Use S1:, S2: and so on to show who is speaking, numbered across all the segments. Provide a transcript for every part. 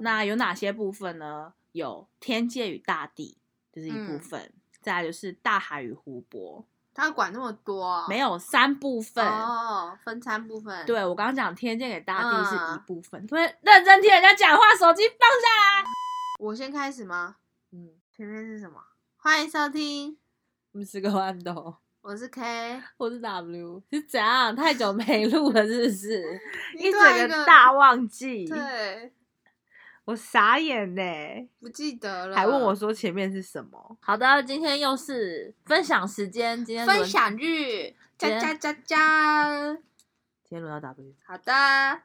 S1: 那有哪些部分呢？有天界与大地，这、就是一部分；再来就是大海与湖泊，
S2: 他管那么多哦，
S1: 没有三部分。
S2: 哦，分三部分。，
S1: 对我刚刚讲天界给大地是一
S2: 嗯
S1: 部分，所以认真听人家讲话，手机放下。
S2: 我先开始吗？
S1: 嗯，
S2: 前面是什么？欢迎收听，
S1: 我们是个豌豆，
S2: 我是 K，
S1: 我是 W，是怎样？太久没录了，是不是？一
S2: 突然
S1: 整
S2: 个
S1: 个大忘记，
S2: 对，
S1: 我傻眼呢、
S2: 不记得了，
S3: 还问我说前面是什么？
S1: 好的，今天又是分享时间，今天轮
S2: 分，享日，
S1: 今
S2: 加
S1: 天
S2: 加加加。
S3: 今天轮到 W，
S2: 好的，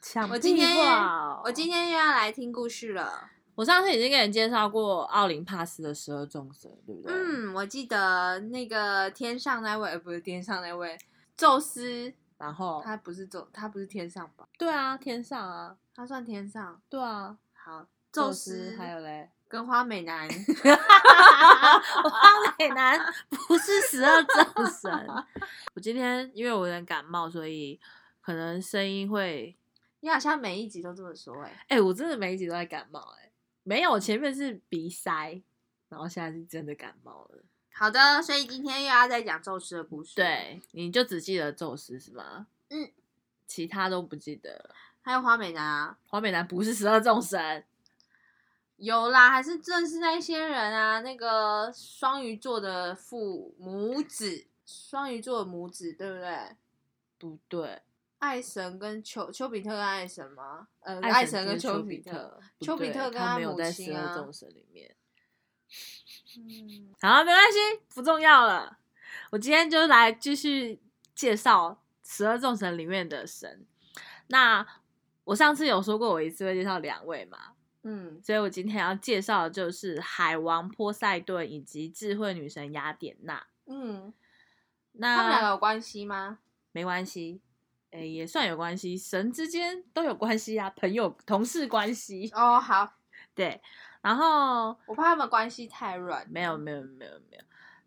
S3: 抢
S2: 我今天
S1: 屁话哦
S2: 我今天又要来听故事了。
S1: 我上次已经给你介绍过奥林帕斯的十二众神，对不对？，
S2: 嗯，我记得那个天上那位，呃，不是天上那位，宙斯，
S1: 然后
S2: 他不是宙，他不是天上吧？
S1: 对啊，天上啊，
S2: 他算天上。
S1: 对啊，
S2: 好，
S1: 宙
S2: 宙
S1: 斯
S2: 斯
S1: 还有嘞，
S2: 跟花 美男，
S1: 花美 男不是十二众神。 我今天因为我有点感冒，所以可能声音会，
S2: 你好像每一集都这么说哎、
S1: 哎、我真的每一集都在感冒、哎，没有，前面是鼻塞，然后现在是真的感冒了。
S2: 好的，所以今天又要再讲宙斯的故事。，
S1: 对，你就只记得宙斯是吗？
S2: 嗯，
S1: 其他都不记得了。
S2: 还有花美男啊，
S1: 黄美男不是十二众神，
S2: 有啦，还是正是那些人啊，那个双鱼座的父母子，双鱼座的母子，对不对？
S1: 不对，
S2: 爱神跟丘丘比特跟爱神吗？呃，
S1: 爱
S2: 爱神跟
S1: 跟丘
S2: 丘比特。
S1: 特，
S2: 丘比
S1: 不对
S2: 特跟
S1: 他
S2: 他
S1: 没有
S2: 母
S1: 在
S2: 亲
S1: 十二
S2: 啊
S1: 众神里面。
S2: 嗯，
S1: 好，没关系，不重要了。我今天就来继续介绍十二众神里面的神。那我上次有说过，我一次会介绍两位嘛，
S2: 嗯，
S1: 所以我今天要介绍的就是海王波塞顿以及智慧女神雅典娜。
S2: 嗯，
S1: 那
S2: 他们两个有关系吗？
S1: 没关系，诶、也算有关系，神之间都有关系啊，朋友、同事关系，
S2: 哦，好，
S1: 对。然后
S2: 我怕他们关系太软。
S1: 没有，没有，没有，没有，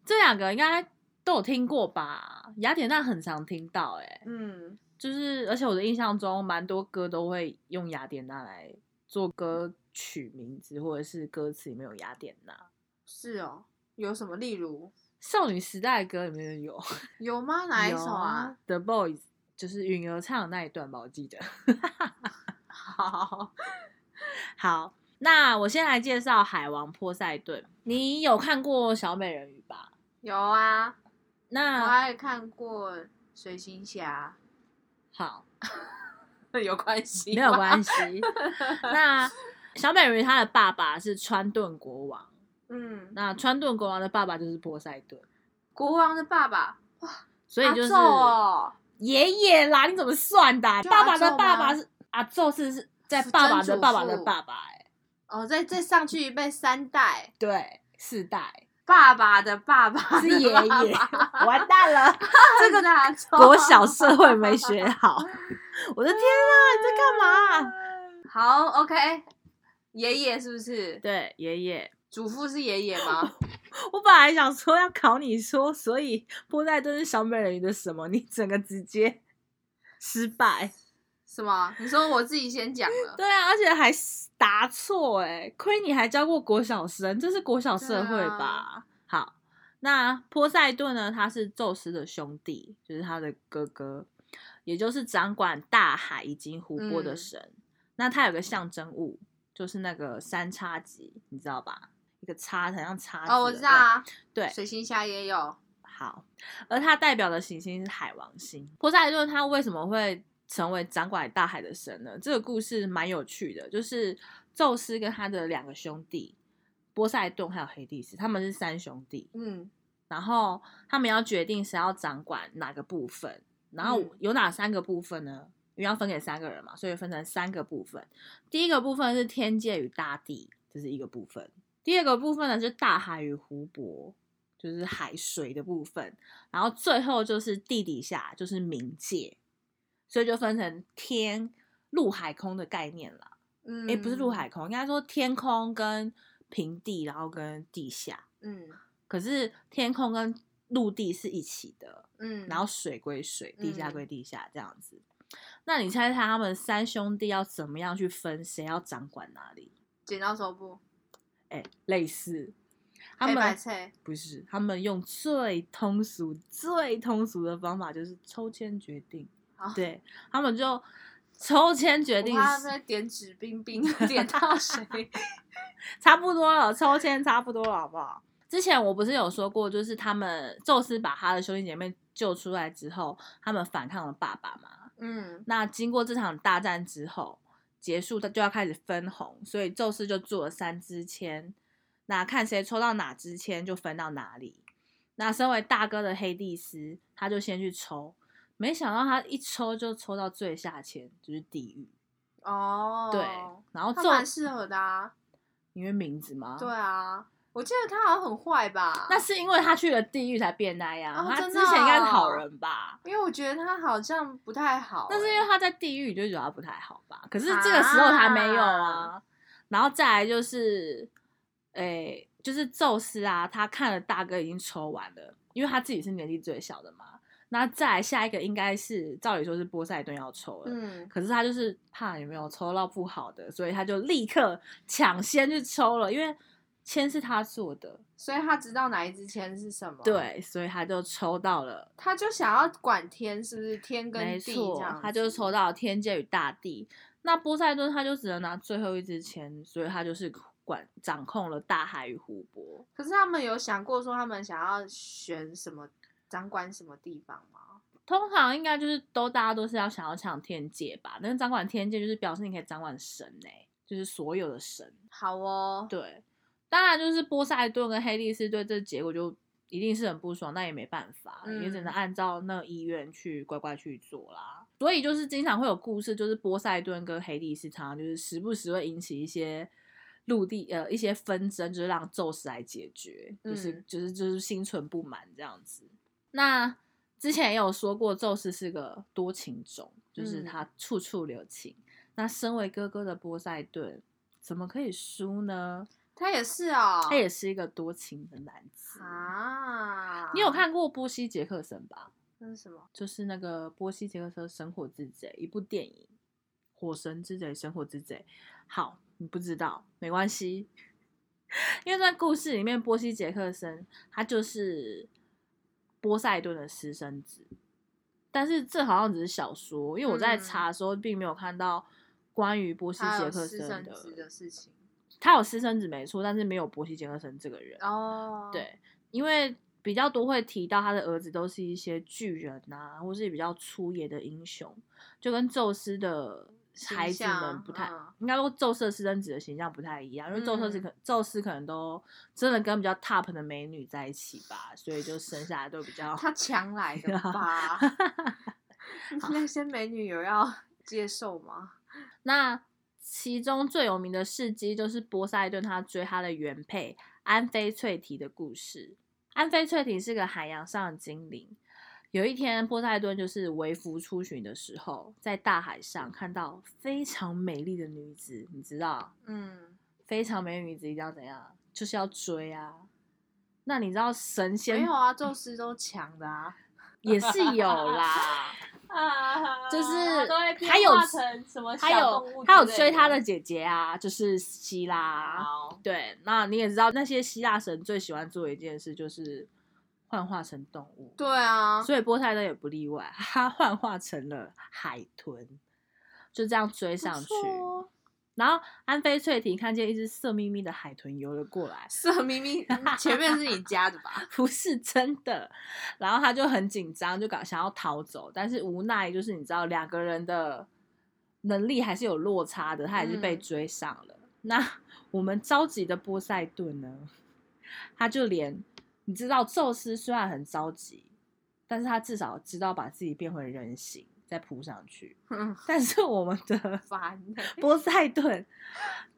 S1: 这两个应该都有听过吧？雅典娜很常听到、欸，诶，
S2: 嗯，
S1: 就是而且我的印象中，蛮多歌都会用雅典娜来做歌曲名字，或者是歌词里面有雅典娜。
S2: 是哦，有什么？例如
S1: 少女时代的歌里面有
S2: 有吗？哪一
S1: 有
S2: 首啊？
S1: ？The Boys 就是允儿唱的那一段吧，我记得。
S2: 好，
S1: 好，那我先来介绍海王波塞顿。你有看过小美人鱼吧？
S2: 有啊，我
S1: 那
S2: 还看过《水行侠
S1: 好，》，
S2: 有关系
S1: 没有
S2: 吗
S1: 关系。 那小美人鱼她的爸爸是川顿国王，
S2: 嗯，
S1: 那川顿国王的爸爸就是波塞顿，
S2: 国王的爸爸，
S1: 所以就是
S2: 阿宙哦，
S1: 爷爷啦。你怎么算的啊、
S2: 就
S1: 爸
S2: 阿
S1: 爸的
S2: 宙
S1: 爸
S2: 吗
S1: 爸是阿宙是是在
S2: 是
S1: 爸
S2: 曾
S1: 爸的
S2: 祖
S1: 爸爸的
S2: 父
S1: 爸爸、欸，
S2: 哦，再再上去一辈三代，
S1: 对，世 代
S2: 爸爸的爸爸
S1: 是
S2: 的
S1: 爷
S2: 爸
S1: 爷
S2: 爸，
S1: 完蛋了。
S2: 这个哪错？
S1: 国小社会没 学好， 我的天啊，你在干嘛、
S2: 好，OK，爷爷是不是？
S1: 对，爷爷，
S2: 祖父是爷爷吗？
S1: 我本来想说要考你说，所以波塞顿是小美人鱼的什么？你整个直接失败。
S2: 什么？你说我自己先讲了？
S1: 对啊，而且还答错哎、亏你还教过国小生，这是国小
S2: 啊
S1: 社会吧？好，那波塞顿呢？他是宙斯的兄弟，就是他的哥哥，也就是掌管大海以及湖泊的
S2: 嗯
S1: 神。那他有个象征物，就是那个三叉戟，你知道吧？一个叉，很像叉子。
S2: 哦，我知道。啊，
S1: 对，
S2: 水星侠也有，
S1: 好，而它代表的行星是海王星。波塞顿他为什么会成为掌管大海的神呢？这个故事蛮有趣的，就是宙斯跟他的两个兄弟波塞顿还有黑帝斯，他们是三兄弟，
S2: 嗯，
S1: 然后他们要决定谁要掌管哪个部分，然后
S2: 嗯
S1: 有哪三个部分呢？因为要分给三个人嘛，所以分成三个部分。第一个部分是天界与大地，这是一个部分；第二个部分呢是大海与湖泊，就是海水的部分；然后最后就是地底下，就是冥界。所以就分成天、陆、海、空的概念啦。
S2: 嗯，
S1: 诶、不是陆，海空，应该说天空跟平地，然后跟地下。
S2: 嗯
S1: 可是天空跟陆地是一起的，
S2: 嗯，
S1: 然后水归水，地下
S2: 嗯
S1: 归地下这样子。那你猜猜他们三兄弟要怎么样去分谁要掌管哪里？
S2: 剪刀手布，
S1: 哎、类似，他
S2: 黑白
S1: 们
S2: 菜，
S1: 不是他们用最通俗、最通俗的方法，就是抽签决定。
S2: 好
S1: 对他们就抽签决
S2: 我
S1: 定，
S2: 怕他们在点指冰冰 点到谁？
S1: 差不多了，抽签差不多了，好不好？之前我不是有说过，就是他们宙斯把他的兄弟姐妹救出来之后，他们反抗了爸爸嘛。
S2: 嗯，
S1: 那经过这场大战之后结束，他就要开始分红，所以宙斯就做了三支签，那看谁抽到哪支签就分到哪里。那身为大哥的黑帝斯，他就先去抽，没想到他一抽就抽到最下签，就是地狱。
S2: 哦，
S1: 对，然后
S2: 他
S1: 宙
S2: 蛮适合的啊。
S1: 因为名字吗？
S2: 对啊，我记得他好像很坏吧？
S1: 那是因为他去了地狱才变那样，
S2: 哦
S1: 他
S2: 真
S1: 之
S2: 的
S1: 前应该是好
S2: 哦
S1: 人吧？
S2: 因为我觉得他好像不太好欸、
S1: 但是因为他在地狱，你就觉得他不太好吧？可是这个时候他没有啊。然后再来就是，诶、就是宙斯啊，他看了大哥已经抽完了，因为他自己是年纪最小的嘛。那再来下一个应该是，照理说是波塞顿要抽了。
S2: 嗯，
S1: 可是他就是怕有没有抽到不好的，所以他就立刻抢先去抽了，因为签是他做的，
S2: 所以他知道哪一支签是什么，，
S1: 对，所以他就抽到了
S2: 他就想要管天，是不是天跟
S1: 没
S2: 地这
S1: 错
S2: 样，子？
S1: 他就抽到天界与大地。那波塞冬他就只能拿最后一支签，所以他就是管掌控了大海与湖泊。
S2: 可是他们有想过说他们想要选什么，掌管什么地方吗？
S1: 通常应该就是都大家都是要想要抢天界吧？但是掌管天界就是表示你可以掌管神呢、就是所有的神。
S2: 好哦，
S1: 对，当然就是波塞顿跟黑力士对这结果就一定是很不爽，那也没办法，也只能
S2: 嗯
S1: 按照那意愿去乖乖去做啦。所以就是经常会有故事，就是波塞顿跟黑力士常常就是时不时会引起一些。陆地呃一些纷争，就是让宙斯来解决，就是、
S2: 嗯
S1: 就是就是心存不满这样子。那之前也有说过，宙斯是个多情种，就是
S2: 嗯
S1: 他处处留情。那身为哥哥的波塞顿，怎么可以输呢？
S2: 他也是哦，
S1: 他也是一个多情的男子。
S2: 啊，
S1: 你有？看过波西·杰克森吧？
S2: 那是什么？
S1: 就是那个波西·杰克森《神火之贼》一部电影，《火神之贼》《神火之贼》。好，你不知道没关系， 因为在故事里面，波西·杰克森他就是波塞顿的私生子，但是这好像只是小说，因为我在
S2: 嗯
S1: 查的时候并没有看到关于波西·
S2: 他
S1: 杰
S2: 有
S1: 克
S2: 私
S1: 森
S2: 生
S1: 的
S2: 子的事情
S1: 他有私生子没错，但是没有波西·杰克森这个人。
S2: 哦，，
S1: 对，因为比较多会提到他的儿子都是一些巨人啊，或是比较粗野的英雄，就跟宙斯的
S2: 形
S1: 孩子们
S2: 象
S1: 不太，
S2: 嗯
S1: 应该说宙斯的私生子的形象不太一样，因为宙斯
S2: 嗯
S1: 可、宙斯可能都真的跟比较 top 的美女在一起吧，所以就生下来都比较。
S2: 他抢来 的吧？那些美女有要接受吗？
S1: 那其中最有名的事迹就是波塞顿他追他的原配安菲翠提的故事。安菲翠提是个海洋上的精灵。有一天，波塞顿就是微服出巡的时候，在大海上看到非常美丽的女子，你知道，
S2: 嗯，
S1: 非常美的女子一定要怎样，就是要追啊。那你知道神
S2: 没
S1: 仙
S2: 有啊，宙斯都抢 的啊，
S1: 也是有 啦，
S2: 啊
S1: 就是他有
S2: 什么
S1: 还有还有追他的姐姐啊，就是希拉啊。
S2: 好，
S1: 对，那你也知道，那些希腊神最喜欢做的一件事就是幻化成动物，
S2: 对啊，
S1: 所以波塞冬也不例外， 他幻化成了海豚，就这样追上去。
S2: 哦
S1: 然后安菲翠提看见一只色眯眯的海豚游了过来，
S2: 色眯眯，嗯前面是你家的吧？
S1: 不是真的，然后他就很紧张，就搞想要逃走，但是无奈就是你知道两个人的能力还是有落差的，他也是被
S2: 嗯
S1: 追上了。那 我们着急的波塞顿呢，他就连你知道宙斯虽然很着急，但是他至少知道把自己变回人形再扑上去，
S2: 嗯
S1: 但是我们 的
S2: 烦欸，
S1: 波塞顿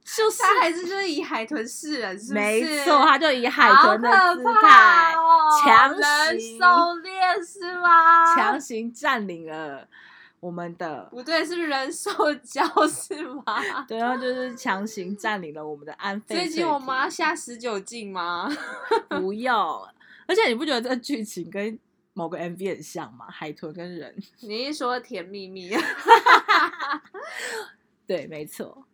S1: 就是
S2: 他还是就是以海豚示人，是不是？
S1: 没错，他就以海豚的
S2: 好
S1: 姿
S2: 可
S1: 态
S2: 怕。哦
S1: 强
S2: 人
S1: 行
S2: 狩猎是吗？
S1: 强行占领了我们的，
S2: 不对，是人兽交 是吗？
S1: 对，然后就是强行占领了我们的安
S2: 这
S1: 菲
S2: 一
S1: 翠
S2: 集
S1: 提。
S2: 我们
S1: 嗯
S2: 要下十九禁吗？
S1: 不要，而且你不觉得这剧情跟某个 MV 很像嘛，海豚跟人。
S2: 你一说甜蜜蜜，
S1: 对，没错。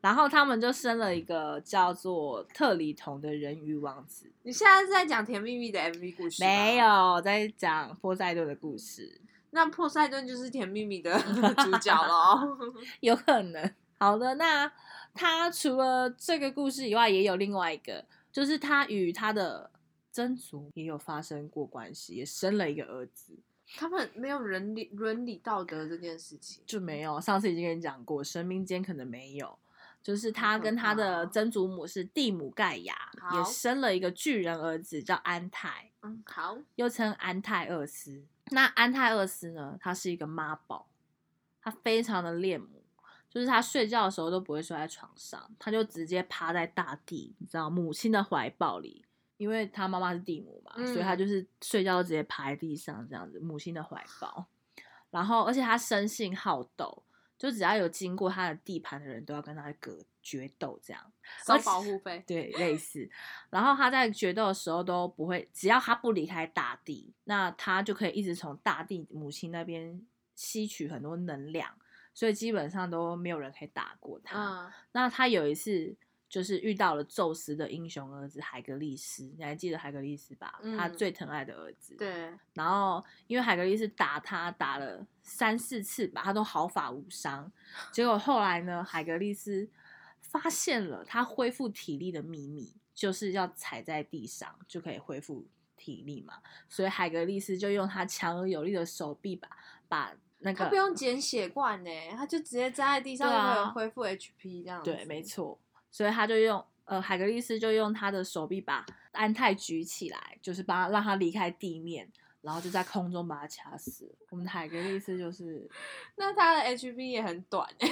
S1: 然后他们就生了一个叫做特里同的人鱼王子。
S2: 你现在是在讲甜蜜蜜的 MV 故事？
S1: 没。有在讲波塞顿的故事，
S2: 那波塞顿就是甜蜜蜜的 主角喽。
S1: 有可能。好的，那他除了这个故事以外，也有另外一个，就是他与他的曾族也有发生过关系，也生了一个儿子。
S2: 他们没有伦理伦理道德这件事情，
S1: 就没有。上次已经跟你讲过，神明间可能没有。就是他
S2: 可
S1: 跟他
S2: 怕
S1: 的
S2: 哦
S1: 曾祖母是蒂姆盖亚，
S2: 好
S1: 也生了一个巨人儿子，叫安泰，
S2: 嗯，好，
S1: 又称安泰厄斯。那安泰厄斯呢，他是一个妈宝，他非常的恋母，就是他睡觉的时候都不会睡在床上，他就直接趴在大地，你知道母亲的怀抱里，因为他妈妈是地母嘛，所以他
S2: 嗯
S1: 就是睡觉都直接趴在地上这样子，母亲的怀抱。然后，而且他生性好斗，就只要有经过他的地盘的人都要跟他格决斗这样。
S2: 收
S1: 而且
S2: 保护费，
S1: 对，类似。然后他在决斗的时候都不会，只要他不离开大地，那他就可以一直从大地母亲那边吸取很多能量，所以基本上都没有人可以打过他。
S2: 嗯，
S1: 那他有一次就是遇到了宙斯的英雄儿子海格力斯，你还记得海格力斯吧？他
S2: 嗯
S1: 最疼爱的儿子。。
S2: 对，
S1: 然后因为海格力斯打他打了三四次吧，他都毫发无伤。结果后来呢，海格力斯发现了他恢复体力的秘密，就是要踩在地上就可以恢复体力嘛。所以海格力斯就用他强而有力的手臂把把那
S2: 他不
S1: 个
S2: 用剪血罐呢，他就直接扎在地上，
S1: 嗯对啊
S2: 就能恢复 HP 这样。
S1: 对，没。错，所以他就用。呃，海格力斯就用他的手臂把安泰举起来，就是把他让他离开地面，然后就在空中把他掐死。我们的海格力斯就是
S2: 那他的 HP 也很短欸，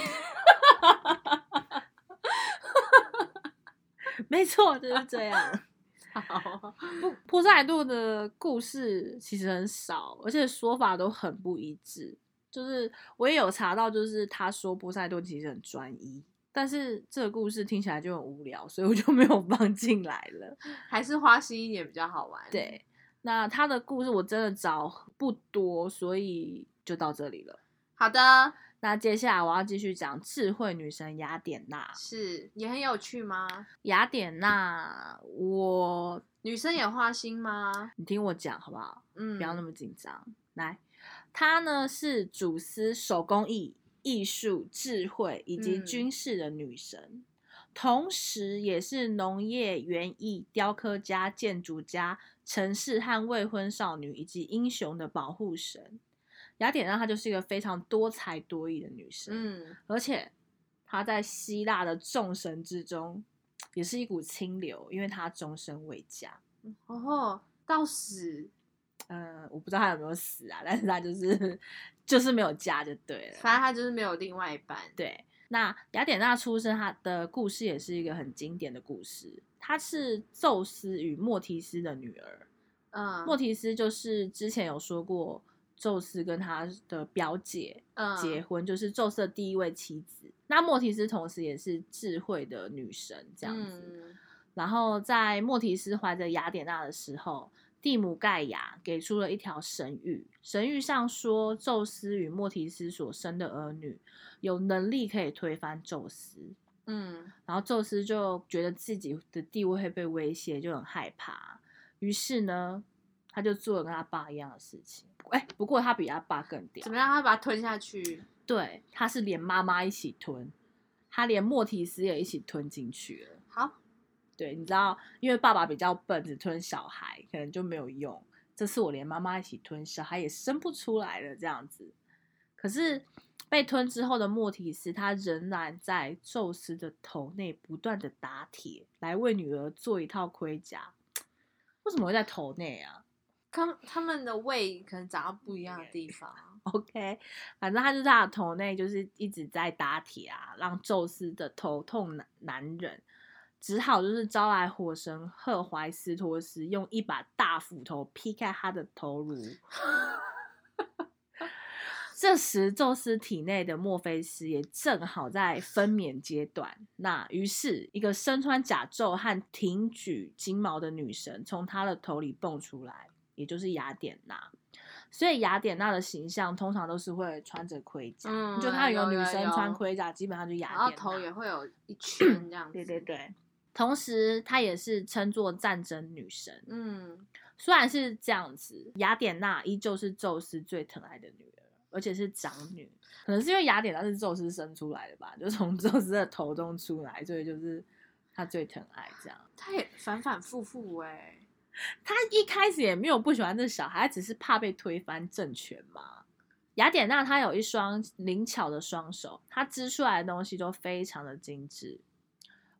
S1: 没错， 就是 这样。
S2: 好，
S1: 不，波塞顿的故事其实很少，而且说法都很不一致。就是我也有查到，就是他说波塞顿其实很专一，但是这个故事听起来就很无聊，所以我就没有 放进来了。
S2: 还是花心一点比较好玩。，
S1: 对，那他的故事我真的找不多，所以就到这里了。
S2: 好的，
S1: 那接下来我要继续讲智慧女神雅典娜。
S2: 是也很有趣吗？
S1: 雅典娜，我
S2: 女生也花心吗？
S1: 你听我讲好不好？
S2: 嗯，
S1: 不要那么紧张。来，她呢是主司手工艺、艺术、智慧以及
S2: 嗯
S1: 军事的女神，同时也是农业、园艺、雕刻家、建筑家、城市和未婚少女以及英雄的保护神。雅典娜她就是一个非常多才多艺的女神，
S2: 嗯，
S1: 而且她在希腊的众神之中也是一股清流，因为她终身未嫁。
S2: 哦吼，到死，
S1: 呃，我不知道他有没有死啊，但 是他就是就是没有嫁就对啊了。
S2: 反正他就是没有另外一半。
S1: 对，那雅典娜出生，她的故事也是一个很经典的故事。她是宙斯与莫提斯的女儿，
S2: 嗯，
S1: 莫提斯就是之前有说过，宙斯跟他的表姐
S2: 嗯
S1: 结婚，就是宙斯的第一位妻子。那莫提斯同时也是智慧的女神，这样子。
S2: 嗯
S1: 然后在莫提斯怀着雅典娜的时候，蒂姆盖亚给出了一条神谕，神谕上说，宙斯与莫提斯所生的儿女有能力可以推翻宙斯。
S2: 嗯
S1: 然后宙斯就觉得自己的地位会被威胁，就很害怕。于是呢，他就做了跟他爸一样的事情。哎，不过他比他爸更屌
S2: 怎。么样？他把它吞下去，
S1: 对，他是连妈妈一起吞，他连莫提斯也一起吞进去了。
S2: 好，
S1: 对，你知道，因为爸爸比较笨，只吞小孩，可能就没有用。这次我连妈妈一起吞，小孩也生不出来了，这样子。可是被吞之后的莫提斯，他仍然在宙斯的头内不断的打铁，来为女儿做一套盔甲。为什么会在头内啊
S2: 他们他们的胃可能长到不一样的地 方。啊
S1: ？OK，反正他就是他的头内就是一直在打铁啊，让宙斯的头痛难难忍。只好就是招来火神赫淮斯托斯，用一把大斧头劈开他的头颅。这时，宙斯体内的墨菲斯也正好在分娩阶段，那于是一个身穿甲胄和挺举金毛的女神从他的头里蹦出来，也就是雅典娜。所以雅典娜的形象通常都是会穿着盔甲，
S2: 嗯
S1: 就看有
S2: 有
S1: 女
S2: 有
S1: 生穿
S2: 有
S1: 盔甲，基本上就雅
S2: 然
S1: 典娜。
S2: 后头也会有 一圈这样子。
S1: 对对，对。同时，她也是称作战争女神。
S2: 嗯，
S1: 虽然是这样子，雅典娜依旧是宙斯最疼爱的女儿，而且是长女。可能是因为雅典娜是宙斯生出来的吧，就从 宙斯的头中出来，所以就是她最疼爱这样。
S2: 他也反反复复哎、
S1: 她一开始也没有不喜欢这小孩，她只是怕被推翻政权嘛。雅典娜她有一双灵巧的双手，她织出来的东西都非常的精致。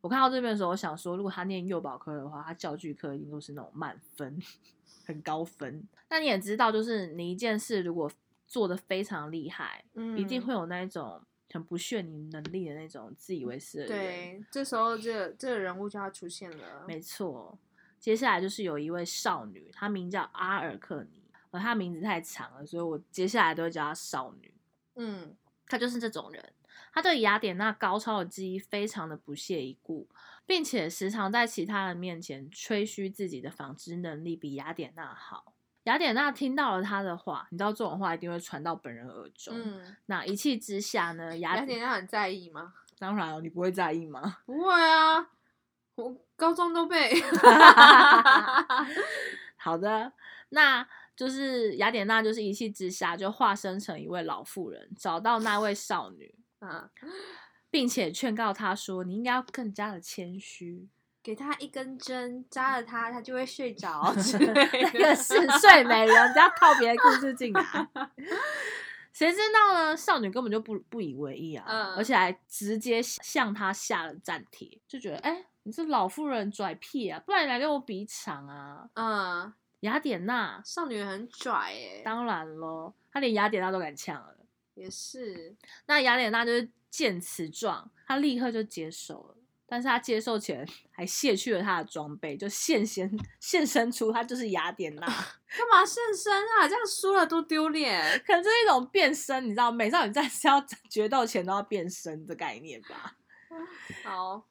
S1: 我看到这边的时候，我想说，如果她念幼保科的话，她教具科一定都是那种满分， 很高分。但你也知道，就是你一件事如果做的非常厉害，
S2: 嗯，
S1: 一定会有那一种很不屑你能力的那种自以为是的人。
S2: 对。这时候这个这个人物就要出现了，
S1: 没错，接下来就是有一位少女，她名叫阿尔克尼，而她名字太长了，所以我接下来都会叫她少女。
S2: 嗯
S1: 她就是这种人，她对雅典娜高超的技艺非常的不屑一顾，并且时常在其他人面前吹嘘自己的纺织能力比雅典娜好。雅典娜听到了她的话，你知道这种话一定会传到本人耳中。
S2: 嗯，
S1: 那一气之下 呢，雅
S2: 雅
S1: 典
S2: 典娜很在意吗？
S1: 当然哦你不会在意吗？
S2: 不会啊，我高中都 被
S1: 好的，那就是雅典娜，就是一气之下就化身成一位老妇人，找到那位少女，
S2: 啊，
S1: 并且劝告她说：“你应该要更加的谦虚。
S2: 给他一根针扎了他，他就会睡 着之类”
S1: 那个
S2: 的。
S1: 是睡美人，不要套别的故事进来。谁知道呢？少女根本就不不以为意啊，
S2: 嗯
S1: 而且还直接向她下了战帖，就觉得哎、你这老妇人拽屁啊，不然你来跟我比一场啊！
S2: 嗯，
S1: 雅典娜
S2: 少女很拽哎、
S1: 当然喽，她连雅典娜都敢呛了。
S2: 也是，
S1: 那雅典娜就是见此状，她立刻就接受了。但是她接受前还卸去了她的装备，就现身 现身出她就是雅典娜，
S2: 干嘛现身啊？这样输了多丢脸！
S1: 可能这是一种变身，你知道，美少女战士要决斗前都要变身的概念吧。
S2: 好，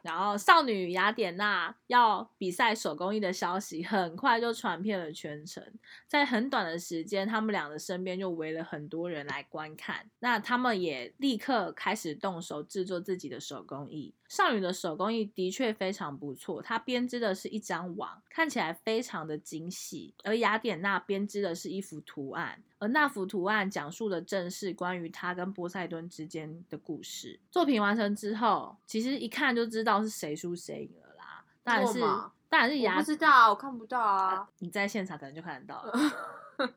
S1: 然后少女雅典娜要比赛手工艺的消息很快就传遍了全城，在很短的时间，他们俩的身边就围了很多人来观看。那他们也立刻开始动手制作自己的手工艺。少女的手工艺的确非常不错，她编织的是一张网，看起来非常的精细；而雅典娜编织的是一幅图案，而那幅图案讲述的正是关于她跟波塞冬之间的故事。作品完成之后，其实一看就知道是谁输谁赢了啦。当然
S2: 为
S1: 是
S2: 什么，
S1: 当然是
S2: 我
S1: 雅
S2: 不知道啊，我看不到啊。
S1: 你在现场可能就看得到了。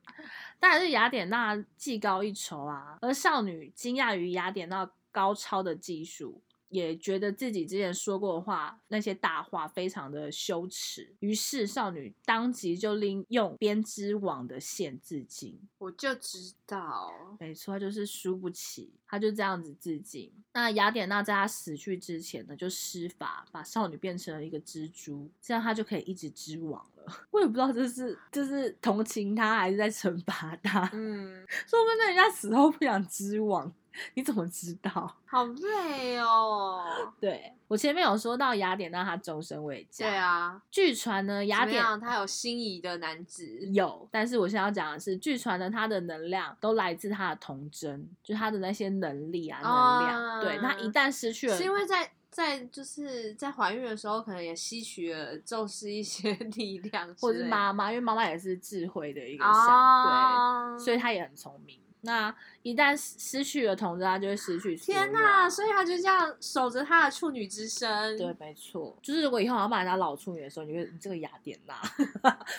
S1: 当然是雅典娜技高一筹啊，而少女惊讶于雅典娜高超的技术，也觉得自己之前说过的话那些大话非常的羞耻，于是少女当即就利用编织网的线自尽。
S2: 我就知道，
S1: 没错，她就是输不起，她就这样子自尽。那雅典娜在她死去之前呢，就施法把少女变成了一个蜘蛛，这样她就可以一直织网了。 我也不知道这是这是同情她还是在惩罚她，
S2: 嗯，
S1: 说不定人家死后不想织网，你怎么知道？
S2: 好累哦。
S1: 对我前面有说到雅典娜她终身未嫁，
S2: 对，啊，
S1: 据传呢雅
S2: 怎么
S1: 典。
S2: 样他有心仪的男子，
S1: 有，但是我现在要讲的是，据传呢，她的能量都来自她的童真，就是她的那些能力啊、能量。对，那一旦失去了，
S2: 哦是因为在在就是在怀孕的时候，可能也吸取了宙斯一些 力量之类的，
S1: 或者是妈妈，因为妈妈也是智慧的一个象，
S2: 啊，
S1: 对，所以她也很聪明。那一旦失失去了童真，她就会失去所有。
S2: 天呐，所以他就这样守着他的处女之身，
S1: 对，没错，就是如果以后要骂人家老处女的时候，你就会你这个雅典 娜，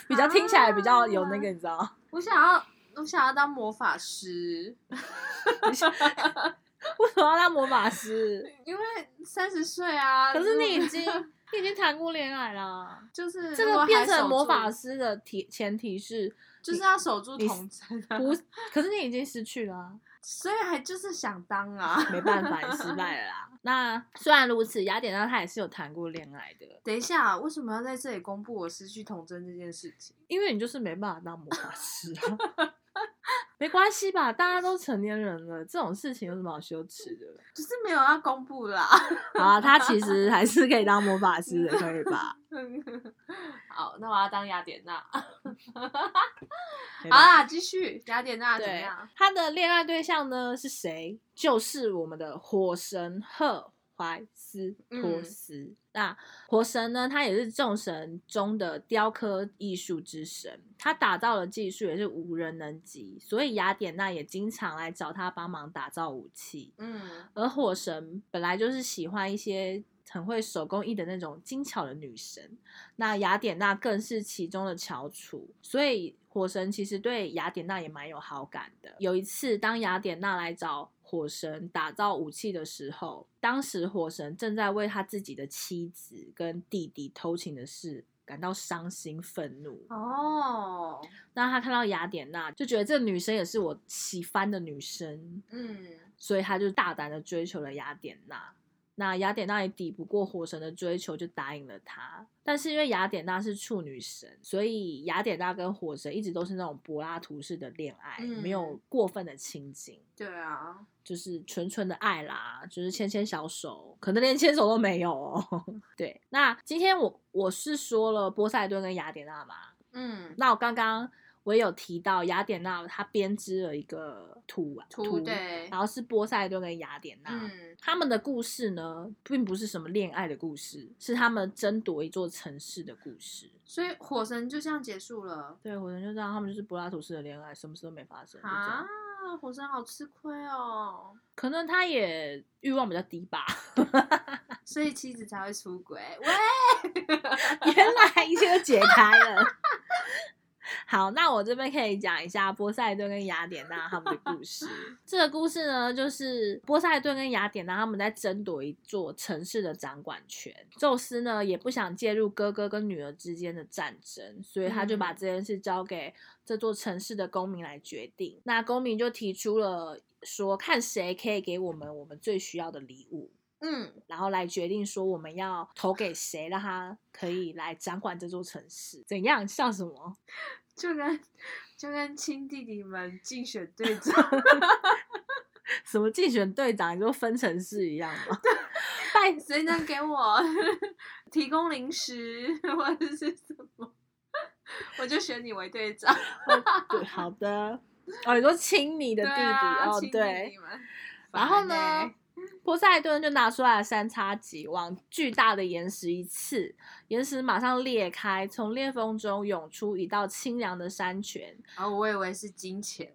S1: 比较听起来比较
S2: 啊
S1: 有那个，你知道？
S2: 我想要我想要当魔法师，
S1: 为什么要当魔法 师？
S2: 因为三十岁啊，
S1: 可是你已
S2: 如
S1: 经你已经谈过恋爱啦。
S2: 就是
S1: 这
S2: 如果
S1: 个
S2: 还
S1: 变成
S2: 守
S1: 魔法
S2: 住，
S1: 师的提前提 是
S2: 就是要守住
S1: 你
S2: 童真啊，
S1: 不，可是你已经失去了啊、
S2: 所以还就是想当啊，
S1: 没办法，你失败了 啦。那虽然如此，雅典娜她也是有谈过恋爱的，
S2: 等一下，为什么要在这里公布我失去童真这件事情？
S1: 因为你就是没办法当魔法师啊。 没关系吧，大家都成年人了，这种事情有什么好羞耻的？
S2: 只是没有要公布啦。
S1: 好啊，她其实还是可以当魔法师的，可以吧？
S2: 好，那我要当雅典娜。
S1: 对
S2: 好
S1: 吧
S2: 啦，继续雅典啊娜怎么
S1: 对
S2: 样？，
S1: 他的恋爱对象呢是谁？就是我们的火神赫淮斯托
S2: 嗯
S1: 斯。那火神呢，他也是众神中的雕刻艺术之神，他打造的技术也是无人能及，所以雅典娜也经常来找他帮忙打造武器。
S2: 嗯
S1: 而火神本来就是喜欢一些很会手工艺的那种精巧的女神，那雅典娜更是其中的翘楚，所以火神其实对雅典娜也蛮有好感的。有一次，当雅典娜来找火神打造武器的时候，当时火神正在为他自己的妻子跟弟弟偷情的事感到伤心愤怒。
S2: 哦，
S1: 那他看到雅典娜，就觉得这女生也是我喜欢的女生，
S2: 嗯
S1: 所以他就大胆的追求了雅典娜。那雅典娜也抵不过火神的追求，就答应了他。但是因为雅典娜是处女神，所以雅典娜跟火神一直都是那种柏拉图式的恋爱，
S2: 嗯
S1: 没有过分的亲近，
S2: 对啊，
S1: 就是纯纯的爱啦，就是牵牵小手，可能连牵手都没有哦。 对，那今天我我是说了波塞顿跟雅典娜嘛，
S2: 嗯，
S1: 那我刚刚我也有提到雅典娜，她编织了一个图啊
S2: 图对
S1: 然后是波塞顿跟雅典娜。
S2: 嗯
S1: 他们的故事呢，并不是什么恋爱的故事，是他们争夺一座城市的故事。
S2: 所以火神就这样结束了
S1: 对，我人就知道他们就是柏拉图式的恋爱，什么事都没发生，就这
S2: 啊
S1: 样。。
S2: 火神好吃亏哦，
S1: 可能他也欲望比较低吧。
S2: 所以妻子才会出轨。喂，
S1: 原来一切都解开了。 好，那我这边可以讲一下波塞顿跟雅典娜他们的故事。这个故事呢，就是波塞顿跟雅典娜他们在争夺一座城市的掌管权。宙斯呢也不想介入哥哥跟女儿之间的战争，所以他就把
S2: 嗯
S1: 这件事交给这座城市的公民来决定。那公民就提出了说，看谁可以给我们我们最需要的礼物。
S2: 嗯
S1: 然后来决定说我们要投给谁，让他可以来掌管这座城市。怎样？笑什么？
S2: 就跟就跟亲弟弟们竞选队长，
S1: 什么竞选队长？你说分城市一样吗？ 拜
S2: 谁能给我 提供零食或者是什么，我就选你为队长。
S1: 对，好的。哦，你说亲你的弟弟、
S2: 对啊
S1: 哦，
S2: 亲弟
S1: 对
S2: 弟。们
S1: 然后
S2: 烦
S1: 呢
S2: 欸，
S1: 波塞顿就拿出来了三叉戟，往巨大的岩石一刺，岩石马上裂开，从裂缝中涌出一道清凉的山 泉。
S2: 哦，我以为是金钱，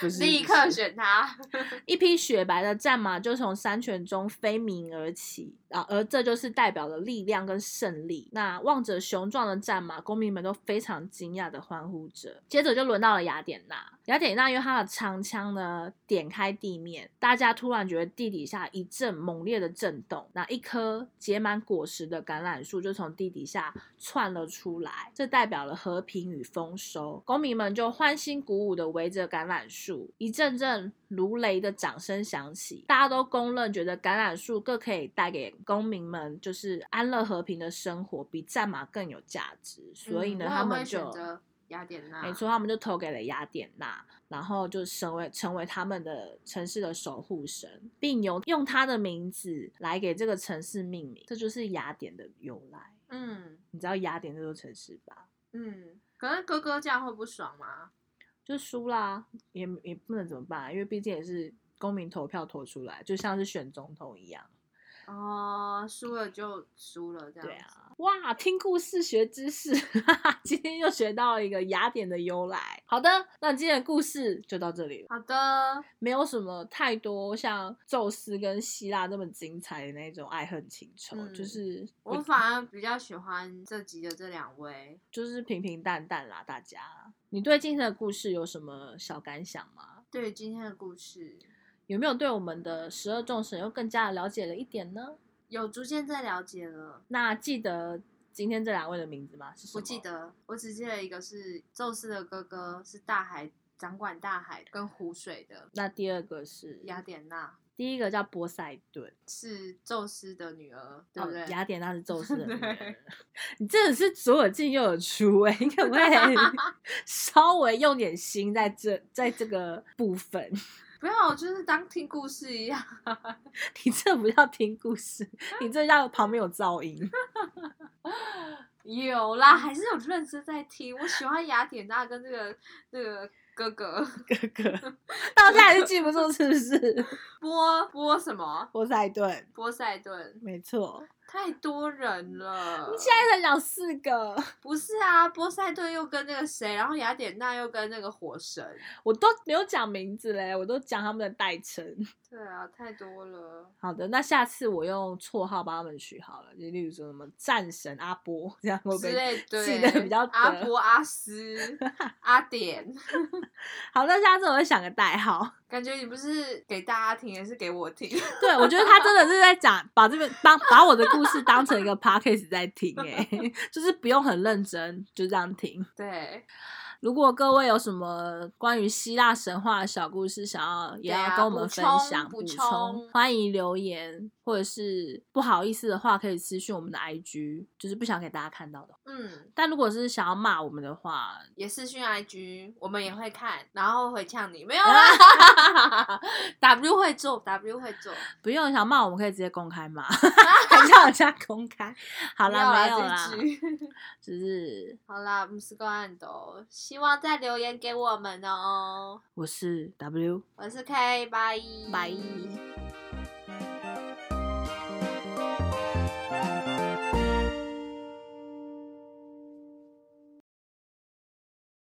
S1: 不 是，
S2: 立
S1: 不
S2: 刻
S1: 是
S2: 选他。
S1: 一匹雪白的战马就从山泉中飞鸣而起啊，而这就是代表了力量跟胜利。那望着雄壮的战马，公民们都非常惊讶的欢呼着。接着就轮到了雅典娜，雅典娜用她的长枪呢点开地面，大家突然觉得地底下一阵猛烈的震动，那一棵结满果实的橄榄树就从地底下窜了出来，这代表了和平与丰收。公民们就欢欣鼓舞地围着橄榄树，一阵阵如雷的掌声响起。大家都公认觉得橄榄树更可以带给公民们就是安乐和平的生活，比战马更有价值。所以呢，
S2: 嗯我也
S1: 他
S2: 会
S1: 们
S2: 选
S1: 就
S2: 择雅典娜。
S1: 没错，他们就投给了雅典娜，然后就成为成为他们的城市的守护神，并由用他的名字来给这个城市命名，这就是雅典的由来。
S2: 嗯
S1: 你知道雅典这座城市吧？
S2: 嗯，可是哥哥这样会不爽吗？
S1: 就输啦，也也不能怎么办啊、因为毕竟也是公民投票投出来，就像是选总统一样。
S2: 哦，输了就输了，这样。
S1: 对啊，哇，听故事学知识， 哈哈，今天又学到了一个雅典的由来。好的，那今天的故事就到这里了。
S2: 好的，
S1: 没有什么太多像宙斯跟希腊这么精彩的那种爱恨情仇，
S2: 嗯
S1: 就是
S2: 我反而比较喜欢这集的这两位。
S1: 就是平平淡淡啦。大家，你对今天的故事有什么小感想吗？
S2: 对于今天的故事，
S1: 有没有对我们的十二众神又更加的了解了一点呢？
S2: 有逐渐在了解了。
S1: 那记得今天这两位的名字吗？是什
S2: 不
S1: 么
S2: 记。得，我只记得一个是宙斯的哥哥，是大海掌管大海跟湖水的
S1: 那第二个是
S2: 雅典娜，
S1: 第一个叫波塞顿，
S2: 是宙斯的女儿，对不对？
S1: 哦、雅典娜是宙斯的女儿
S2: 对。
S1: 你真的是左耳进右耳出 哎、你可不可以 稍微用点心在这在这个部分？
S2: 不要，就是当听故事一样。
S1: 你这不叫听故事，你这叫旁边有噪音。
S2: 有啦，还是有认真在听。我喜欢雅典娜跟这个这个哥哥
S1: 哥 哥，到现在还是记不住是不是？
S2: 波波什么
S1: 波塞顿，
S2: 波塞顿，
S1: 没错。
S2: 太多人了。
S1: 你现在才讲四个，
S2: 不是啊，波塞顿又跟那个谁，然后雅典娜又跟那个火神。
S1: 我都没有讲名字嘞，我都讲他们的代称。
S2: 对啊，太多了。
S1: 好的，那下次我用绰号帮他们取好了，就例如说什么战神阿波，这样会不
S2: 之
S1: 会？
S2: 类对，
S1: 记得比较
S2: 阿
S1: 得
S2: 波、阿斯、阿典，
S1: 好，那下次我会想个代号。
S2: 感觉你不是给大家听，也是给我听。
S1: 对，我觉得他真的是在讲，把这边当把我的故事当成一个 podcast 在听、哎， 就是不用很认真，就这样听。
S2: 对，
S1: 如果各位有什么关于希腊神话的小故事，想要也
S2: 对
S1: 要
S2: 啊
S1: 跟我们
S2: 补
S1: 分
S2: 充
S1: 享
S2: 补
S1: 充，
S2: 充
S1: 欢迎留言，或者是不好意思的话，可以私讯我们的 IG，就是不想给大家看到的。
S2: 嗯，
S1: 但如果是想要骂我们的话，
S2: 也是讯 IG，我们也会看，然后会呛你，没 有啦。w 会做，W 会做。
S1: 不用想骂我们，可以直接公开骂， 还叫人家公开。好啦，没有啦
S2: 这，一句
S1: 只是
S2: 好啦，不是公案的哦，希望再留言给我们哦。
S1: 我是 W，
S2: 我是 K，拜
S1: 拜。